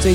最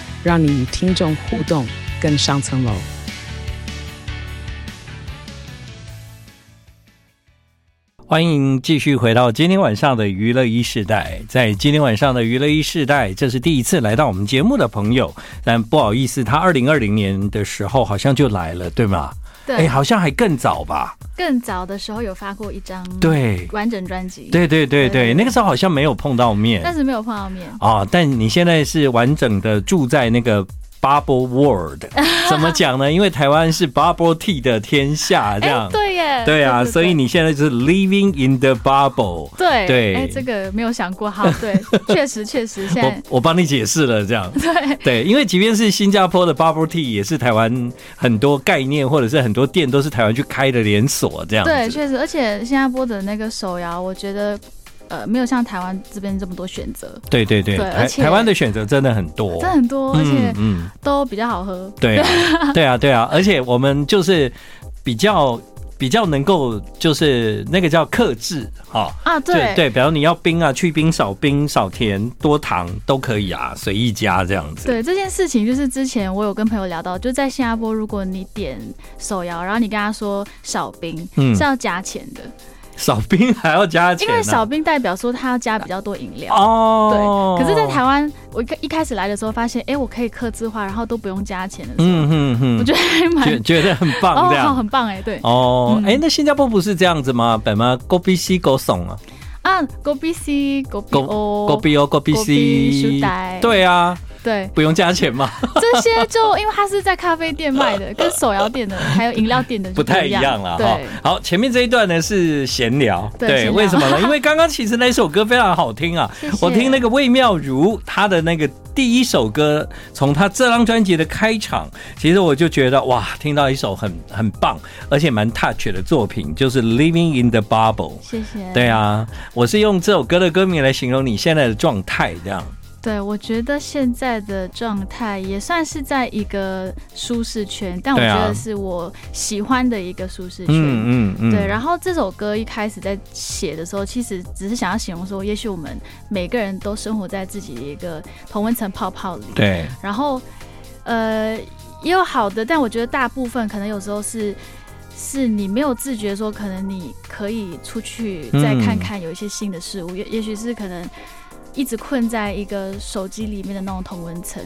让你与听众互动更上层楼。欢迎继续回到今天晚上的娱乐一世代。在今天晚上的娱乐一世代，这是第一次来到我们节目的朋友，但不好意思，他二零二零年的时候好像就来了，对吗？哎，对，好像还更早吧？更早的时候有发过一张对，完整专辑，，对对对对，对对那个时候好像没有碰到面但是没有碰到面。啊、哦，但你现在是完整的住在那个 Bubble World，怎么讲呢？因为台湾是 Bubble Tea 的天下，这样。哎对耶，哎对啊，所以你你现在就是 living in the bubble。对对哦哎，这个没有想过， 好，对，确实确实，现我在我帮你解释了，这 样对因为即便是新加坡的 bubble tea，也是台湾很多概念或者是很多店都是台湾去开的连锁这样子。对，确实，而且新加坡的那个手摇，我觉得呃没有像台湾这边这么多选择，对对对，对台而且台湾的选择真的很多，这很多，而且哦嗯，都比较好喝。对 啊，对啊，对啊，而且我们就是比较。比较能够就是那个叫克制哈、啊，就对对，比如你要冰啊，去冰少冰少甜多糖都可以啊，随意加这样子。对这件事情，就是之前我有跟朋友聊到，就在新加坡，如果你点手摇，然后你跟他说少冰，嗯是要加钱的，少冰还要加钱、因啊，为少冰代表说他要加比较多饮料。哦，对，可是，在台湾，我一一开始来的时候发现，哎、我可以刻字化，然后都不用加钱的时候，嗯哼哼，我觉得还觉蛮觉得很棒这哦，样。很棒哎，对、哦，嗯哎、那新加坡不是这样子吗？本吗？Go B C Go 怂啊哦啊，Go B C Go B ，Go O Go B O Go B Go B， C，哦书呆对啊，对，不用加 钱嘛，这些就因为它是在咖啡店卖的，跟手摇店的还有饮料店的就不太一一样了哈对，。好，前面这一段呢是闲聊，对闲聊为什 么呢？因为刚刚其实那首歌非常好听啊，谢谢我听那个魏妙如她的那个第一首歌，从她这张专辑的开场，其实我就觉得哇，听到一首很很棒，而且蛮 touch 的作品，就是《Living in the Bubble》。谢谢。对啊，我是用这首歌的歌名来形容你现在的状态，这样。对，我觉得现在的状态也算是在一个舒适圈，但我对觉啊得是我喜欢的一个舒适圈。嗯嗯嗯，对，然后后这首歌一开始在写的时候，其实只是想要形容说，也许我们每个人都生活在自己的一个同温层泡泡里。对，然后，呃，也有好的，但我觉得大部分可能有时候是，是你没有自觉说，可能你可以出去再看看，有一些新的事嗯物，也也许是可能一直困在一个手机里面的那种同温层，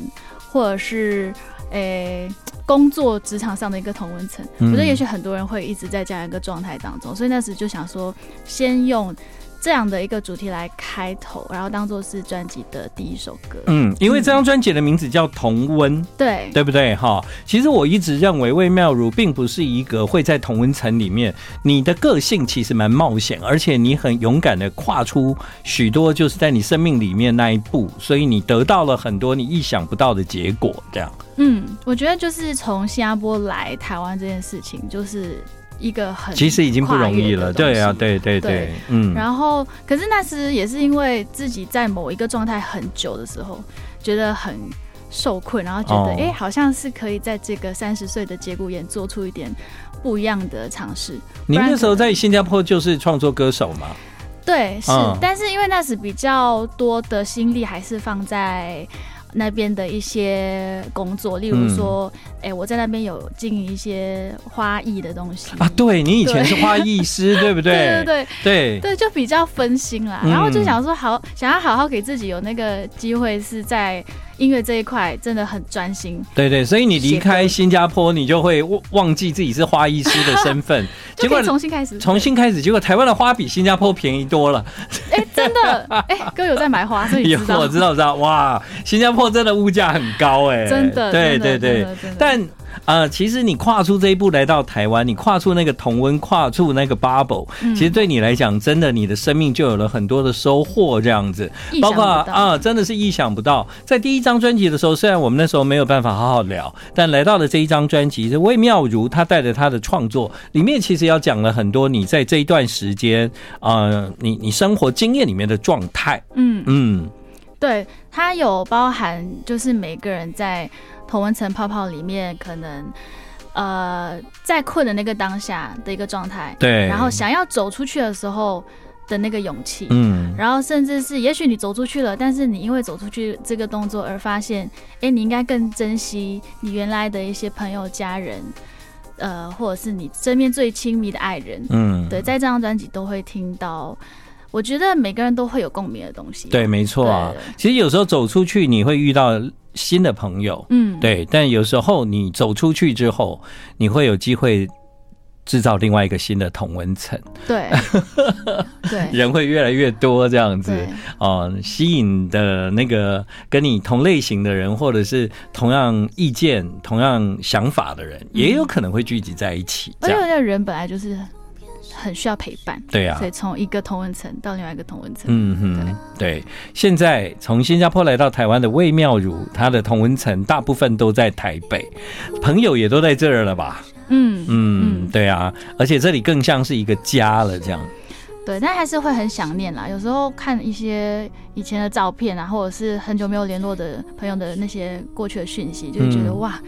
或者是诶、工作职场上的一个同温层。嗯我觉得也许很多人会一直在这样一个状态当中，所以那时就想说，先用。这样的一个主题来开头，然后当做是专辑的第一首歌。嗯，因为这张专辑的名字叫《同温》，对，对不对？哈，其实我一直认为魏妙如并不是一个会在同温层里面，你的个性其实蛮冒险，而且你很勇敢的跨出许多，就是在你生命里面那一步，所以你得到了很多你意想不到的结果，这样。嗯，我觉得就是从新加坡来台湾这件事情，就是一个很其实已经不容易了，跨对越的啊，东西。对对对对，嗯，然后，可是那时也是因为自己在某一个状态很久的时候，觉得很受困，然后觉得哦哎、诶好像是可以在这个三十岁的节骨眼做出一点不一样的尝试。你不然那时候可能在新加坡就是创作歌手嘛，对，是，嗯但是因为那时比较多的心力还是放在那边的一些工作，例如说，嗯哎、我在那边有经营一些花艺的东西啊，对你以前对是花艺 师，对不对对？对对对对，就比较分心啦。嗯然后就想说好，想要好好给自己有那个机会，是在音乐这一块真的很专心。对对所以你离写歌开新加坡，你就会忘忘记自己是花艺师的身份， 就结可果以重新开始，重新开始，结果台湾的花比新加坡便宜多 了。哎、真的哎、哥有在买花，所以你 有知道，我知道，知道，哇，新加坡真的物价很高哎、真的，对真对，对。的真的真的但呃，其实你跨出这一步来到台湾，你跨出那个同温，跨出那个 bubble，、其嗯实对你来讲，真的你的生命就有了很多的收获，这样子。意包想括不到。啊，真的是意想不到。在第一张专辑的时候，虽然我们那时候没有办法好好聊，但来到了这一张专辑，这魏妙如她带着她的创作，里面其实要讲了很多你在这一段时间，呃，你你生活经验里面的状态。嗯，嗯对，它有包含就是每个人在同温层泡泡里面可能。呃，在困的那个当下的一个状态，对然后想要走出去的时候的那个勇气，嗯，然后甚至是，也许你走出去了，但是你因为走出去这个动作而发现，哎，你应该更珍惜你原来的一些朋友、家人，呃，或者是你身边最亲密的爱人。嗯，对，在这张专辑都会听到，我觉得每个人都会有共鸣的东西。对，，没错啊对。其实有时候走出去，你会遇到新的朋友，嗯，对，但有时候你走出去之后，你会有机会制造另外一个新的同温层，对， 对，人会越来越多这样子哎对，哦、吸引的那个跟你同类型的人，或者是同样意见、同样想法的嗯人，也有可能会聚集在一起，这而且我样觉得人本来就是很需要陪伴，对啊所以。从一个同文层到另外一个同文层，嗯哼，对，现在从新加坡来到台湾的魏妙如，她的同温层大部分都在台北，朋友也都在这儿了吧？嗯嗯，嗯对啊，而且这里更像是一个家了，这样。对，但还是会很想念啦。有时候看一些以前的照片啊，或者是很久没有联络的朋友的那些过去的讯息，就会觉得、嗯哇，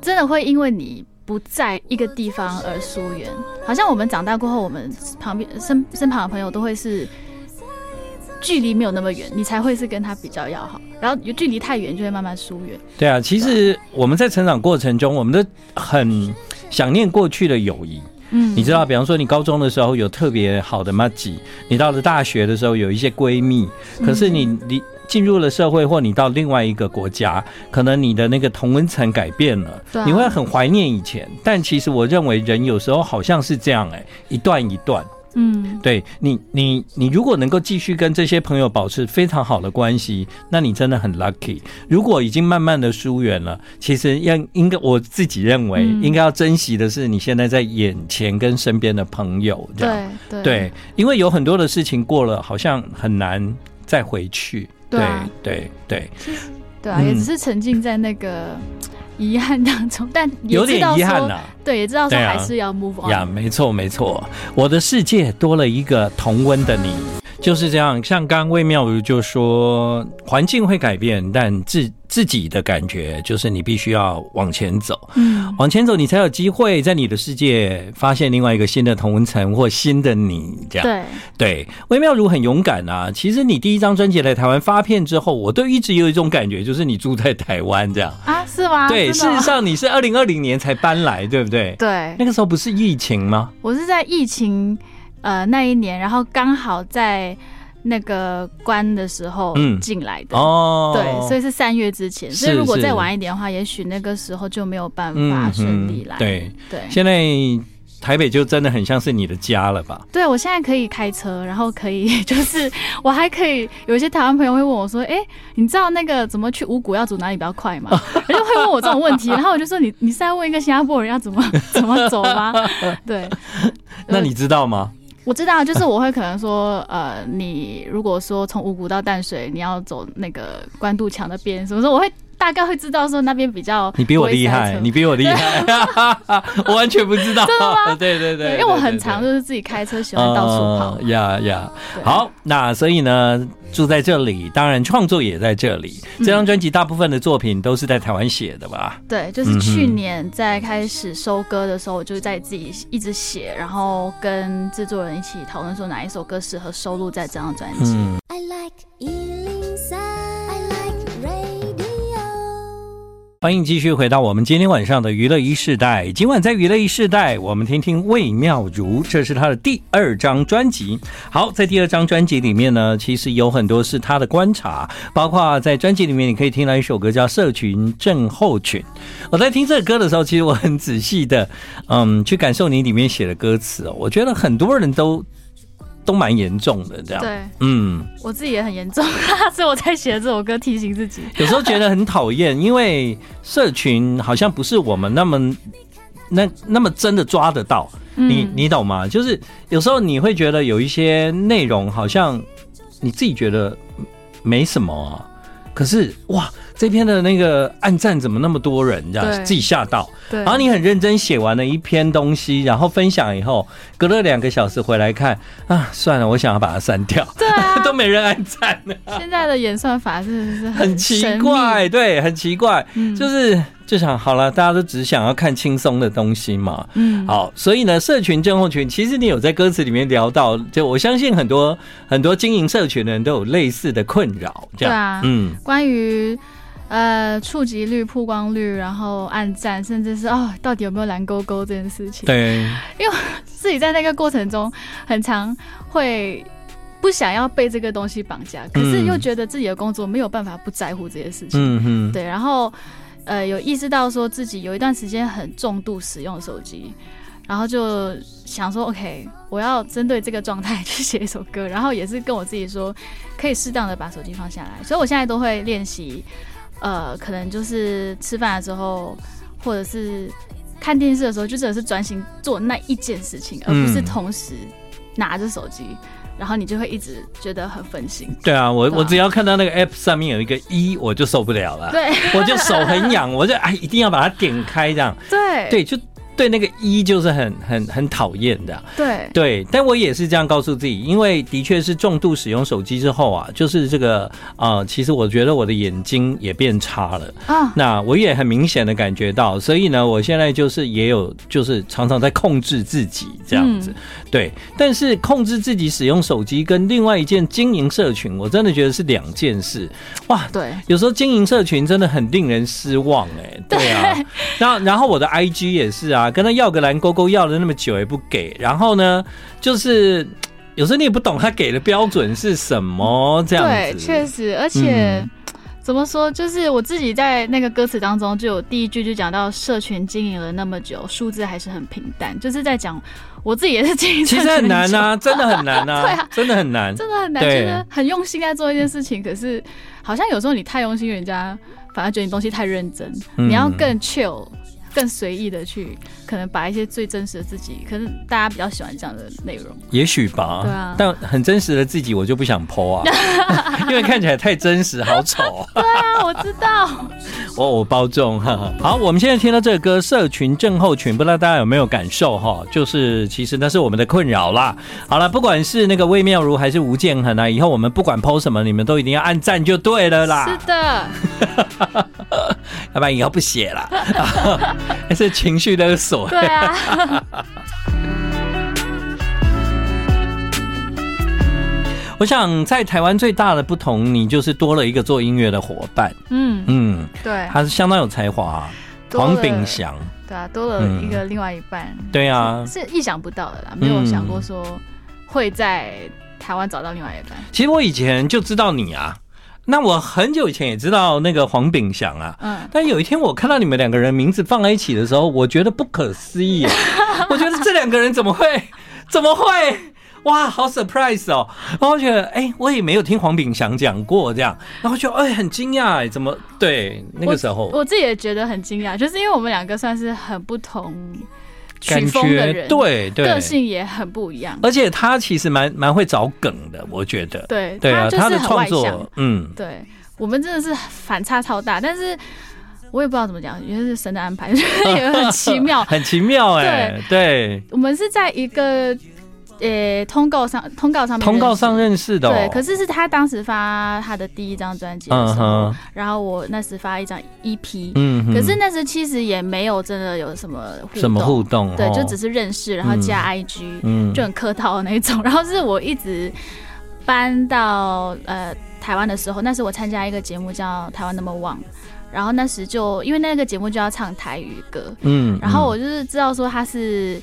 真的会因为你不在一个地方而疏远。好像我们长大过后，我们旁边身身旁的朋友都会是距离没有那么远，你才会是跟他比较要好。然后距离太远，就会慢慢疏远。对啊，其实我们在成长过程中，我们都很想念过去的友谊。嗯你知道，比方说你高中的时候有特别好的 m a g 你到了大学的时候有一些闺蜜，可是嗯你你进入了社会或你到另外一个国家，可能你的那个同温层改变了，对啊你会很怀念以前。但其实我认为人有时候好像是这样、哎，一段一段。嗯，对你，你你如果能够继续跟这些朋友保持非常好的关系，那你真的很 lucky。如果已经慢慢的疏远了，其实要应该我自己认为、嗯应该要珍惜的是你现在在眼前跟身边的朋友，这样对对对，因为有很多的事情过了，好像很难再回去。对啊对对对啊，嗯也只是沉浸在那个。 嗯遗憾当中，但对，也有知点道遗憾说呐、对，也知道说对啊还是要 move on。呀，没错没错，我的世界多了一个同温的你，就是这样。像刚魏妙如就说，环境会改变，但自自己的感觉就是你必须要往前走，嗯，往前走，你才有机会在你的世界发现另外一个新的同温层或新的你。这样，对，对，魏妙如很勇敢啊。其实你第一张专辑来台湾发片之后，我都一直有一种感觉，就是你住在台湾这样。啊，是吗？对，真的事吗实，上你是二零二零年才搬来，对不对？那对，个时候不是疫情吗？我是在疫情呃那一年，然后刚好在那个关的时候嗯进来的。哦，对，所以是三月之前，所以是如果再是晚一点的话，也许那个时候就没有办法嗯顺利来。哼对，对现在台北就真的很像是你的家了吧？对，我现在可以开车，然后可以 就是我还可以有一些台湾朋友会问我说：“哎、你知道那个怎么去五谷要走哪里比较快吗？” 人家会问我这种问题，然后我就说你：“你是在问一个新加坡人要怎么 怎么走吗？”对， 呃那你知道吗？我知道，就是我会可能说，呃，你如果说从五谷到淡水，你要走那个关渡桥那边，什么时候我会大概会知道说那边比较你比我不会厉塞害，车你比我厉害，我完全不知 道。 对对对对，对，因为我对很对常就是自己开车，喜呃欢到处跑。呀呀，对好，那所以呢，住在这里，当然创作也在这里。这张专辑大部分的作品都是在台湾写的吧？对，就是去年在开始收歌的时候，我就在自己一直写，然后跟制作人一起讨论说哪一首歌适合收录在这张专辑。嗯， I like Ealing Sound. I like radio. 欢迎继续回到我们今天晚上的娱乐一世代。今晚在娱乐一世代，我们听听魏妙如，这是她的第二张专辑。好，在第二张专辑里面呢，其实有很多是她的观察，包括在专辑里面你可以听到一首歌叫《社群症候群》。我在听这个歌的时候，其实我很仔细的，嗯，去感受你里面写的歌词哦。我觉得很多人都都蛮严重的，这样。对嗯，我自己也很严重， 所以我才写了这首歌提醒自己。 有时候觉得很讨厌，因为社群好像不是我们那么那那么真的抓得到，你嗯你懂吗？就是有时候你会觉得有一些内容好像你自己觉得没什么、啊，可是哇，这篇的那个暗赞怎么那么多人，这样对自己吓到。对，然啊后你很认真写完了一篇东西，然后分享以后，隔了两个小时回来看啊，算了，我想要把它删掉， 对啊， 都没人按赞呢，现在的演算法真的是很奇神秘，怪，对，很奇怪，嗯就是就想好了，大家都只想要看轻松的东西嘛。嗯，好，所以呢，社群症候群，其实你有在歌词里面聊到，就我相信很多很多经营社群的人都有类似的困扰，这样，对啊嗯，关于呃触及率、曝光率，然后暗赞，甚至是哦到底有没有蓝勾勾这件事情，对，自己在那个过程中很常会。不想要被这个东西绑架，可是嗯又觉得自己的工作没有办法不在乎这些事情，嗯哼，对，然后呃有意识到说自己有一段时间很重度使用手机，然后就想说 OK，我要针对这个状态 去写一首歌，然后也是跟我自己说，可以适当的把手机放下来，所以我现在都会练习，呃，可能就是吃饭的时候，或者是看电视的时候，就真的是专心做那一件事情，而不是嗯同时拿着手机。然后你就会一直觉得很分心，对啊，我对啊我只要看到那个 app 上面有一个一，我就受不了了。对 我就手很痒，我就哎一定要把它点开这样。对对，就对那个一就是很很很讨厌的。对对，但我也是这样告诉自己，因为的确是重度使用手机之后啊，就是这个呃，其实我觉得我的眼睛也变差了。啊，那我也很明显的感觉到，所以呢，我现在就是也有就是常常在控制自己这样子，对。但是控制自己使用手机跟另外一件经营社群，我真的觉得是两件事。哇，对，有时候经营社群真的很令人失望哎、对啊，那然后我的 IG 也是啊，跟他要个蓝勾勾要了那么久也不给，然后呢，就是嘖有时候你也不懂他给的标准是什么这样对，子，确实，而且、嗯怎么说，就是我自己在那个歌词当中就有第一句就讲到，社群经营了那么久，数字还是很平淡，就是在讲我自己也是经营，其实很难 呐、，真的很难呐、对啊真的很难。真的很难，对觉得很用心在做一件事情，可是好像有时候你太用心，人家反而觉得你东西太认真，嗯你要更 chill。更随意的去，可能把一些最真实的自己，可能大家比较喜欢这样的 内容。也许吧，对啊但很真实的自己，我就不想剖啊， 因为看起来太真实，好丑。哦啊，我知道，我哦我包中哈。嗯好，我们现在听到这个歌《社群症候群》，不知道大家有没有感受哈？就是其实那是我们的困扰啦。好了，不管是那个魏妙如还是吴建衡啊，以后我们不管 PO 什么，你们都一定要按赞就对了啦。是的，要不然以后不写了， 还是情绪勒索。对啊。我想在台湾最大的不同，你就是多了一个做音乐的伙伴，嗯，嗯，对，他是相当有才华、啊 多黄了炳祥，对啊，多嗯了一个另外一半，对啊，是意想不到的啦，没有想过说会在台湾找到另外一半。其实我以前就知道你啊，那我很久以前也知道那个黄炳祥啊。嗯，但有一天我看到你们两个人名字放在一起的时候，我觉得不可思议 啊，我觉得这两个人怎么会 怎么会？哇，好 surprise 哦！然后我觉得，哎、我也没有听黄炳祥讲过这样，然后就哎、很惊讶哎，怎么对那个时我候我自己也觉得很惊讶，就是因为我们两个算是很不同曲感风的觉人，，对对，个性也很不一样。而且他其实蛮蛮会找梗的，我觉得，对，对啊，就他是的很创外向作，，嗯，。对我们真的是反差超大，但是我也不知道怎么讲，也是神的安排， 也很奇妙很奇妙哎，对，我们是在一个呃通告上通告上面通告认识上认识的、哦，对，可是是他当时发他的第一张专辑的嗯时候，哼，然后我那时发一张 EP，、嗯哼，可是那时其实也没有真的有什么互动，什么互动？对，哦就只是认识，然后加 IG，、嗯就很客套的那一种。然 后是我一直搬到呃台湾的时候，那时我参加一个节目叫《台湾那么旺》，然后那时就因为那个节目就要唱台语歌，嗯然后我嗯就是知道说他是。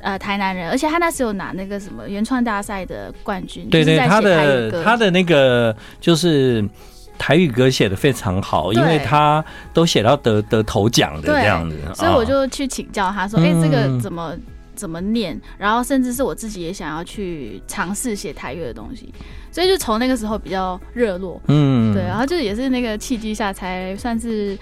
呃，台南人，而且他那时有拿那个什么原创大赛的冠军，对就对是在写他台语的歌他的那个就是。台语歌写的非常好，因对为他都写到得得头奖的对这样子，所以我啊就去请教他说：“哎、嗯这个怎么怎么念，然后甚至是我自己也想要去尝试写台乐的东西，所以就从那个时候比较热络，嗯，对，然后就也是那个契机下才算是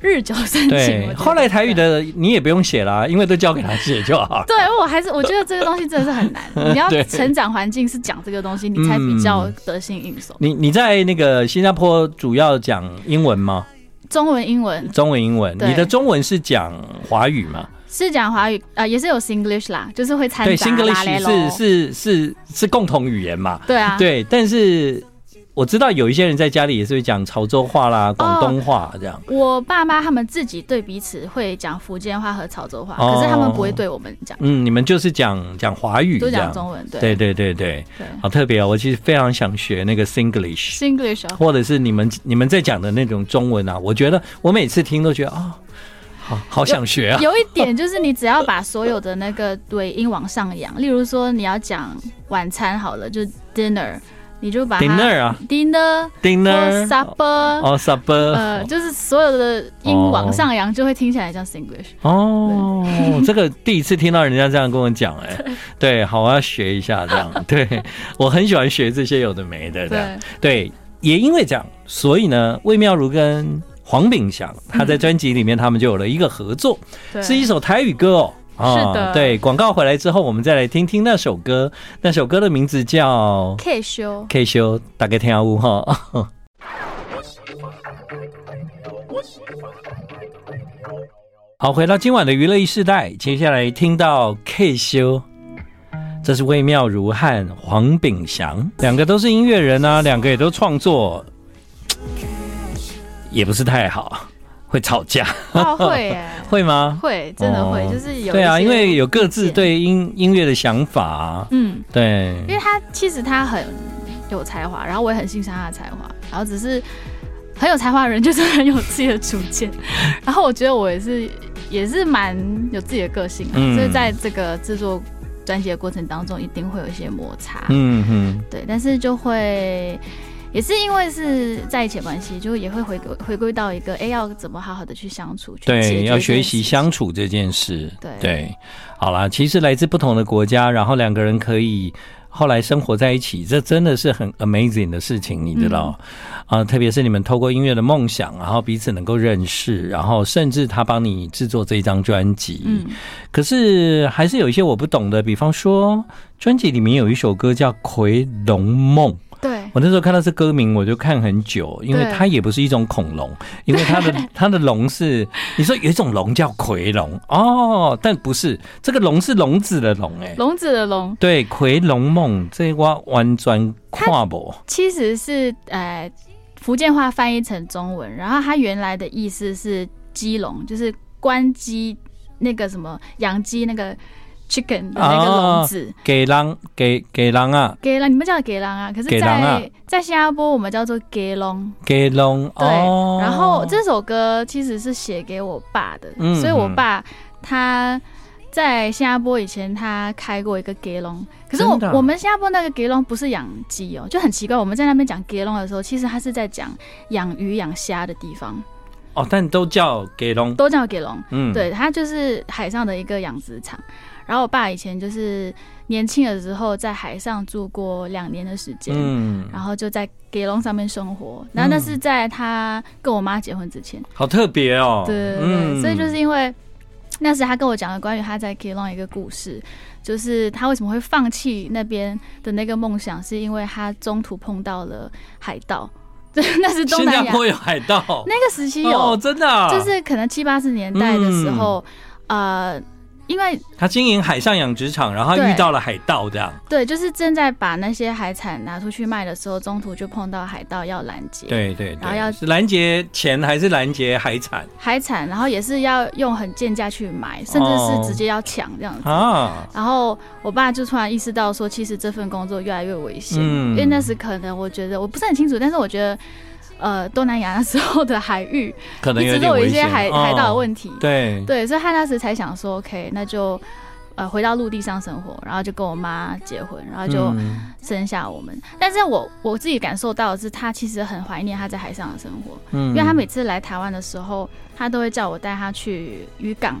日久生情。我觉对。得后来台语。的你也不用写啦，因为都交给他写就好了。 对，我还是我觉得这个东西真的是 很难，你要对嗯成长环境是讲这个东西，你才比较得心应手。你你在那个新加坡主要讲英文吗？中文、英文中文、英文。对你的中文是讲华语吗？是讲华语，呃，也是有 Singlish 啦，就是会掺杂对拉嘞，Singlish 咯是是是是共同语言嘛？对啊，对，但是我知道有一些人在家里也是会讲潮州话啦、广东哦话这样。我爸妈他们自己对彼此会讲福建话和潮州话，哦可是他们不会对我们讲，嗯，你们就是讲讲华语这都样讲。中文。对对对对对，对好特别哦！我其实非常想学那个 Singlish， ，Singlish 哦或者是你们你们在讲的那种中文啊。我觉得我每次听都觉得啊、好好想学啊。有一点就是你只要把所有的那个尾音往上扬，例如说你要讲晚餐好了，就 dinner，你就把它 Dinner 啊 dinner 或，dinner supper。哦，supper 呃，就是所有的音哦往上扬，就会听起来像 Singlish。哦，这个第一次听到人家这样跟我讲，哎， 对，好，我要学一下这样。对我很喜欢学这些有的没的这样。对，对，也因为这样，所以呢，魏妙如跟黄炳祥他在专辑里面他们就有了一个合作，嗯对，是一首台语歌哦。是的对，广告回来之后，我们再来听听那首歌，那首歌的名字叫 K 修， K 修，大概听下屋哈。 好，回到今晚的娱乐一世代，接下来听到 K 修，这是魏妙如和黄炳祥，两个都是音乐人啊，两个也都创作，也不是太好，会吵架， 哦，会耶，会吗？会，真的会哦，就是有对啊，一因些为有各意自见，对音音乐的想法啊，嗯，对，因为他其实他很有才华，然后我也很欣赏他的才华，然后只是很有才华的人就是很有自己的主见，然后我觉得我也是也是蛮有自己的个性、啊，嗯所以在这个制作专辑的过程当中，一定会有一些摩擦，嗯哼。对，但是就会。也是因为是在一起的关系，就也会回归回归到一个，哎、要怎么好好的去相处，去解决对，要这件学习事相处这件事。对好啦，其实来自不同的国家，然后两个人可以后来生活在一起，这真的是很 amazing 的事情，你知道？嗯啊、特别是你们透过音乐的梦想，然后彼此能够认识，然后甚至他帮你制作这一张专辑。嗯，可是还是有一些我不懂的，比方说专辑里面有一首歌叫《奎龙梦》。对，我那时候看到这歌名，我就看很久，因为对它也不是一种恐龙，因为它的它的龙是，你说有一种龙叫夔龙哦，但不是这个龙是笼子的龙哎、龙子的龙对，夔龙梦这我完全跨博，其实是呃福建话翻译成中文，然后它原来的意思是鸡笼，就是关鸡那个什么养鸡那个 chicken 的那个笼子。给狼给给狼啊，给了你们叫给狼啊，可是给在，狼在、啊新加坡我们叫做给笼，给龙对。哦，然后这首歌其实是写给我爸的，嗯所以我嗯爸他在新加坡以前他开过一个给笼，可是我真的啊我们新加坡那个给笼不是养鸡哦，就很奇怪。我们在那边讲给笼的时候，其实他是在讲养鱼养虾的地方，哦，但都叫给龙，都叫给笼。嗯，对，它就是海上的一个养殖场。然后我爸以前就是年轻的时候在海上住过两年的时间。嗯，然后就在给笼上面生活，然后那是在他跟我妈结婚之前，好特别哦，嗯对对对，所以就是因为那时他跟我讲了关于他在 k e l o n 一个故事，就是他为什么会放弃那边的那个梦想，是因为他中途碰到了海盗， 对，那是东新南加亚坡有海盗，那个时期有，哦，嗯真的、啊，就是可能七八十年代的时候，呃，因为他经营海上养殖场，然后对遇到了海盗这样。对，就是正在把那些海产拿出去卖的时候，中途就碰到海盗要拦截，对对对，然后要是拦截钱还是拦截海产海产，然后也是要用很贱价去买，甚至哦是直接要抢这样子。啊？然后我爸就突然意识到说，其实这份工作越来越危险，嗯因为那时可能我觉得我不是很清楚，但是我觉得，呃，东南亚那时候的海域 可能一有直点都有危一些险海、海盗的问题，哦对对，所以他那时才想说，OK，那就呃回到陆地上生活，然后就跟我妈结婚，然后就嗯生下我们。但是我我自己感受到的是，他其实很怀念他在海上的生活，嗯因为他每次来台湾的时候，他都会叫我带他去渔港。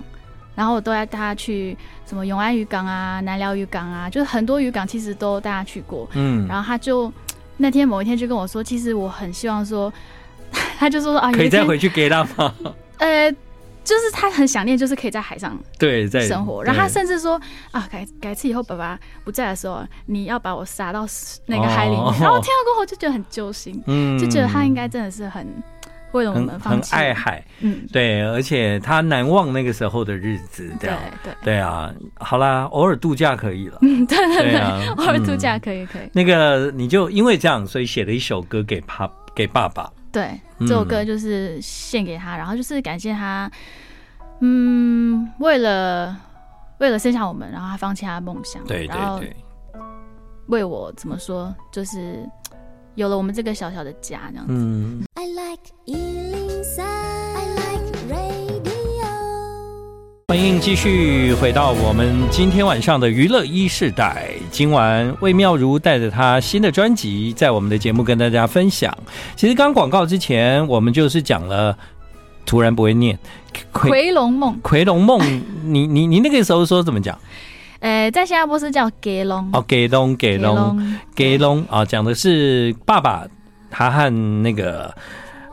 然后我都带大家去什么永安渔港啊、南寮渔港啊，就是很多渔港其实都带他去过。嗯，然后他就那天某一天就跟我说，其实我很希望说， 他就说啊，有可一以再天回去给他吗？ 呃，就是他很想念，就是可以在海上对，在生活。然后他对甚至说啊，改改次以后爸爸不在的时候，你要把我撒到那个海里面。哦然后我听到过后就觉得很揪心，嗯就觉得他应该真的是很为了我很们放很弃，爱海，嗯，对，而且他难忘那个时候的日子，这对样。对，对啊，好啦，偶尔度假可以了。嗯 对对对对啊，偶尔哦度嗯假可以可以，那个你就因为这样，所以写了一首歌给爸给爸爸。对，嗯这首歌就是献给他，然后就是感谢他，嗯，为了为了生下我们，然后他放弃他的梦想，对对然后对，为我怎么说，就是有了我们这个小小的家这样子。嗯， I like Ealing Sound. I like radio. 欢迎继续回到我们今天晚上的娱乐一世代。今晚魏妙如带着她新的专辑，在我们的节目跟大家分享。其实刚广告之前，我们就是讲了，突然不会念奎回 龙梦，奎龙梦，你你你那个时候说怎么讲？呃，在新加坡是叫给龙，哦，给龙给龙，给龙啊，讲的是爸爸他和那个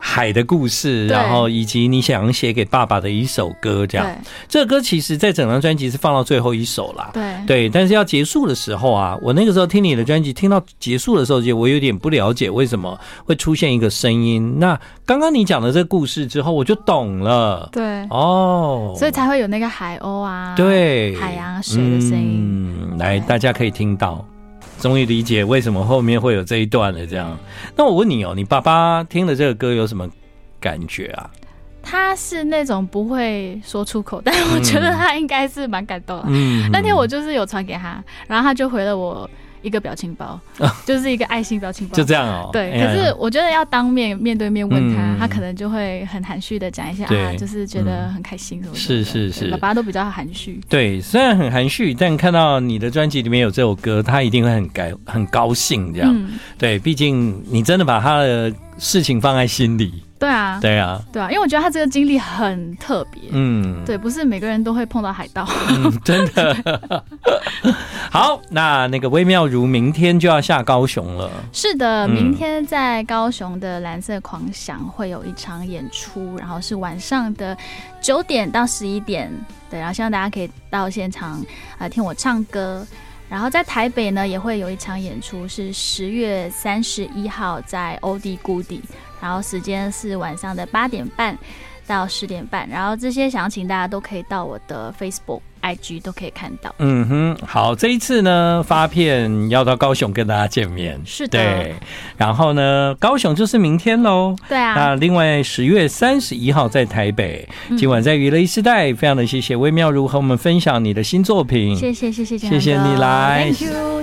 海的故事，对然后以及你想写给爸爸的一首歌，这样。对这个歌其实，在整张专辑是放到最后一首啦。对对，但是要结束的时候啊，我那个时候听你的专辑，听到结束的时候，就我有点不了解为什么会出现一个声音。那刚刚你讲的这个故事之后，我就懂了对，哦。所以才会有那个海鸥啊，，对海洋水的声音嗯，来对大家可以听到，终于理解为什么后面会有这一段了。这样，那我问你哦，你爸爸听了这个歌有什么感觉啊？他是那种不会说出口，但是我觉得他应该是蛮感动的。嗯，那天我就是有传给他，然后他就回了我一个表情包，就是一个爱心表情包啊就。这样哦。对，哎呀可是我觉得要当面面对面问他嗯，他可能就会很含蓄的讲一下对啊，就是觉得很开心什么的。是是是对爸爸都比较含蓄。对，虽然很含蓄，但看到你的专辑里面有这首歌，他一定会很该很高兴这样。嗯，对，毕竟你真的把他的事情放在心里。对啊，对啊，对啊，因为我觉得他这个经历很特别。嗯，对，不是每个人都会碰到海盗。 嗯真的。 好，那那个微妙如明天就要下高雄了。是的，嗯明天在高雄的蓝色狂想会有一场演出，然后是晚上的九点到十一点，对，然后希望大家可以到现场啊、呃听我唱歌。然后在台北呢，也会有一场演出，是十月三十一号在欧弟谷底，然后时间是晚上的八点半到十点半。然后这些详情大家都可以到我的 Facebook、IG 都可以看到。嗯哼，好，这一次呢，发片要到高雄跟大家见面，是的对。然后呢，高雄就是明天喽。对啊，那另外十月三十一号在台北，嗯今晚在娱乐一时代，非常的谢谢微妙如和我们分享你的新作品，谢谢谢谢谢建恒谢哥你来，Thank you。